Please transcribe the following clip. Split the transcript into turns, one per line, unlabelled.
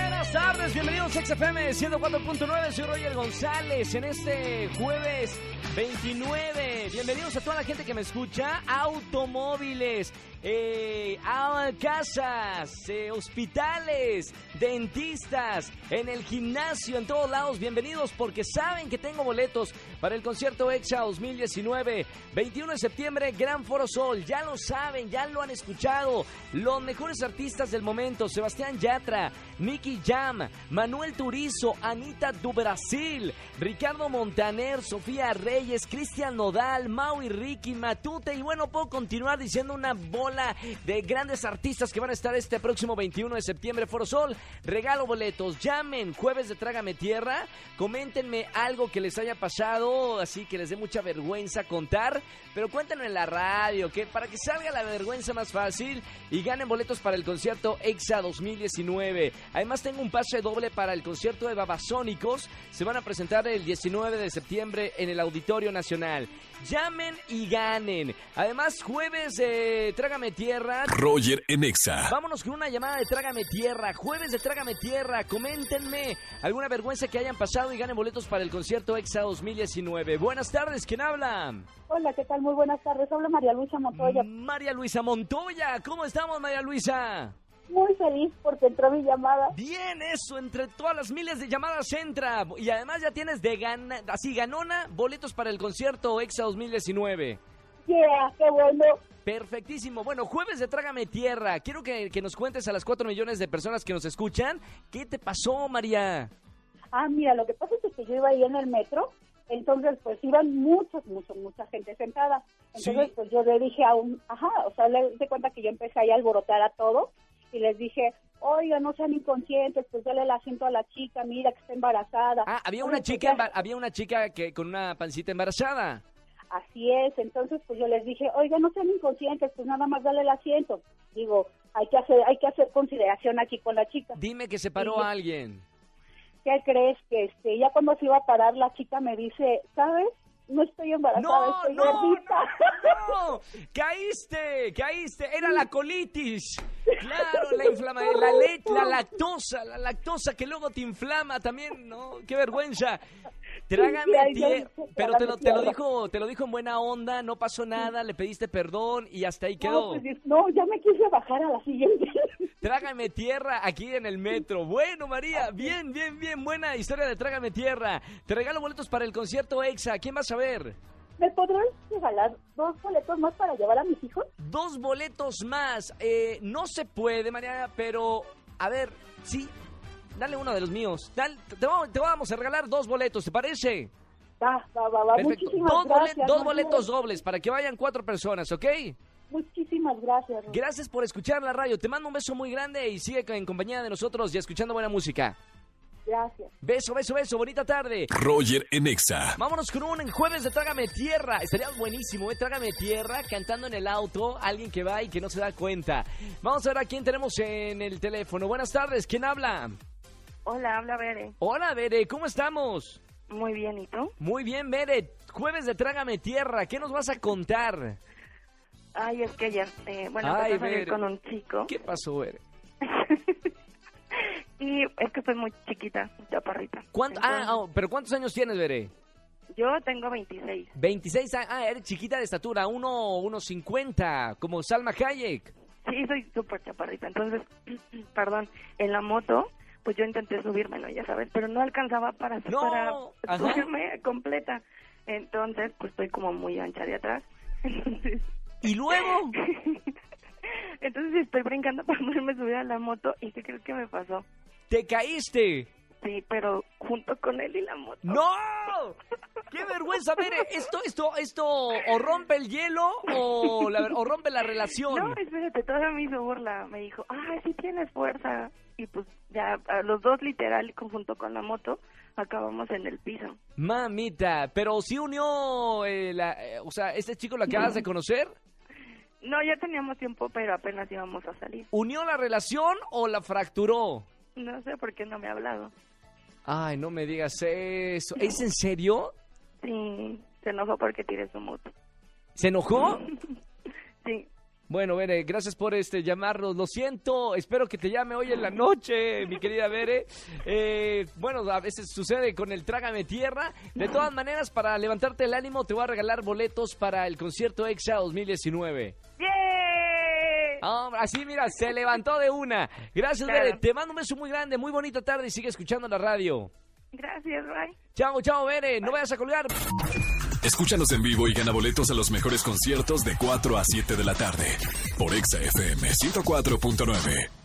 Buenas tardes, bienvenidos a XFM 104.9, soy Roger González en este jueves 29. Bienvenidos a toda la gente que me escucha, automóviles, eh, a- casas, eh, hospitales, dentistas, en el gimnasio, en todos lados, bienvenidos porque saben que tengo boletos para el concierto EXA 2019, 21 de septiembre, Gran Foro Sol, ya lo saben, ya lo han escuchado, los mejores artistas del momento, Sebastián Yatra, Nicky Jam, Manuel Turizo, Anita Du Brasil, Ricardo Montaner, Sofía Reyes, Cristian Nodal, Mau y Ricky, Matute, y bueno, puedo continuar diciendo una bola de grandes artistas que van a estar este próximo 21 de septiembre, Foro Sol, regalo boletos, llamen, jueves de Trágame Tierra, coméntenme algo que les haya pasado, así que les dé mucha vergüenza contar, pero cuéntenlo en la radio, que para que salga la vergüenza más fácil y ganen boletos para el concierto EXA 2019. Además tengo un pase doble para el concierto de Babasónicos. Se van a presentar el 19 de septiembre en el Auditorio Nacional. Llamen y ganen. Además jueves de Trágame Tierra.
Roger en Exa.
Vámonos con una llamada de Trágame Tierra, jueves de Trágame Tierra. Coméntenme alguna vergüenza que hayan pasado y ganen boletos para el concierto EXA 2019. Buenas tardes, ¿quién habla?
Hola, ¿qué tal? Muy buenas tardes. Habla María Luisa Montoya.
María Luisa Montoya, ¿cómo estamos María Luisa?
Muy feliz porque entró mi llamada.
Bien, eso, entre todas las miles de llamadas entra. Y además ya tienes de gana, así ganona, boletos para el concierto EXA 2019.
Yeah, qué bueno.
Perfectísimo. Bueno, jueves de Trágame Tierra. Quiero que, que nos cuentes a las 4 millones de personas que nos escuchan. ¿Qué te pasó, María?
Ah, mira, lo que pasa es que yo iba ahí en el metro, entonces pues iban muchos, muchos, mucha gente sentada. Entonces
Sí.
pues yo le dije a un, ajá, o sea, le di cuenta que yo empecé ahí a alborotar a todos y les dije, oiga, no sean inconscientes, pues dale el asiento a la chica, mira que está embarazada.
Ah, había
Oye,
una
pues,
chica,
ya-
embar- había una chica que con una pancita embarazada.
Así es, entonces pues yo les dije, oiga, no sean inconscientes, pues nada más dale el asiento. Digo, hay que hacer, hay que hacer consideración aquí con la chica.
Dime que se paró
Sí.
a alguien.
¿Qué crees? Que este, ya cuando se iba a parar la chica me dice, ¿sabes? No estoy embarazada,
No,
estoy
no, no,
gordita.
no. Caíste, caíste. Era la colitis. Claro, la inflama- la, le- la lactosa, la lactosa que luego te inflama también. No, qué vergüenza. Trágame
Sí, sí, ahí
tierra.
ya dice,
Pero te lo, te lo
trágame
dijo, te lo dijo en buena onda. No pasó nada. Le pediste perdón y hasta ahí
No,
quedó.
pues, dice, no, ya me quise bajar a la siguiente.
Trágame tierra aquí en el metro. Bueno, María, bien, bien, bien. Buena historia de Trágame tierra. Te regalo boletos para el concierto EXA. ¿Quién vas a ver?
¿Me podrán regalar dos boletos más para llevar a mis hijos?
Dos boletos más. Eh, no se puede, María, pero a ver, sí. Dale uno de los míos. Dal- te, vamos, te vamos a regalar dos boletos, ¿te parece?
Va, va, va, va. Ah, Muchísimas
Dos, bole-
gracias.
dos
Manuel.
boletos dobles para que vayan cuatro personas, ¿ok?
Muchísimas gracias. Rosa.
Gracias por escuchar la radio. Te mando un beso muy grande y sigue en compañía de nosotros y escuchando buena música.
Gracias.
Beso, beso, beso. Bonita tarde.
Roger en Exa.
Vámonos con un jueves de Trágame Tierra. Estaría buenísimo, ¿eh? Trágame Tierra cantando en el auto. Alguien que va y que no se da cuenta. Vamos a ver a quién tenemos en el teléfono. Buenas tardes, ¿quién habla?
Hola, habla Bere.
Hola, Bere, ¿cómo estamos?
Muy bien, ¿y tú?
Muy bien, Bere. Jueves de Trágame Tierra, ¿qué nos vas a contar?
Ay, es que ayer, eh, bueno,
Ay,
empecé a salir
Bere.
con un chico
¿Qué pasó, Bere?
y es que soy muy chiquita, muy chaparrita.
¿Cuánto, ah,
Entonces,
oh, pero ¿cuántos años tienes, Bere?
Yo tengo 26.
26 años. Ah, eres chiquita de estatura, 1, 1.50, como Salma Hayek.
Sí, soy súper chaparrita. Entonces, perdón, en la moto, pues yo intenté subírmelo, ya sabes, pero no alcanzaba para,
No,
para
ajá.
subirme completa. Entonces, pues estoy como muy ancha de atrás. Entonces,
Y luego,
entonces estoy brincando para poderme subir a la moto y ¿qué crees que me pasó?
te caíste.
Sí, pero junto con él y la moto.
¡No! ¡Qué vergüenza! Ver, esto, esto, esto o rompe el hielo o, la, o rompe la relación.
No, espérate, todavía me hizo burla. Me dijo, ah, sí tienes fuerza. Y pues ya a los dos literal, conjunto con la moto, acabamos en el piso.
Mamita, pero sí unió, eh, la, eh, o sea, este chico lo acabas de conocer,
No, ya teníamos tiempo, pero apenas íbamos a salir.
¿unió la relación o la fracturó?
No sé por qué no me ha hablado.
Ay, no me digas eso. ¿Es en serio?
Sí, se enojó porque tiré su moto.
¿Se enojó?
Sí,
Bueno, Bere, gracias por este llamarnos. Lo siento, espero que te llame hoy en la noche, mi querida Bere. Eh, bueno, a veces sucede con el Trágame Tierra. De todas maneras, para levantarte el ánimo, te voy a regalar boletos para el concierto EXA 2019.
¡Yay!
Ah, así, mira, se levantó de una. Gracias,
Claro.
Bere. Te mando un beso muy grande, muy bonita tarde y sigue escuchando la radio.
Gracias, bye.
Chao, chao, Bere. No vayas a colgar.
Escúchanos en vivo y gana boletos a los mejores conciertos de 4 a 7 de la tarde por Exa FM 104.9.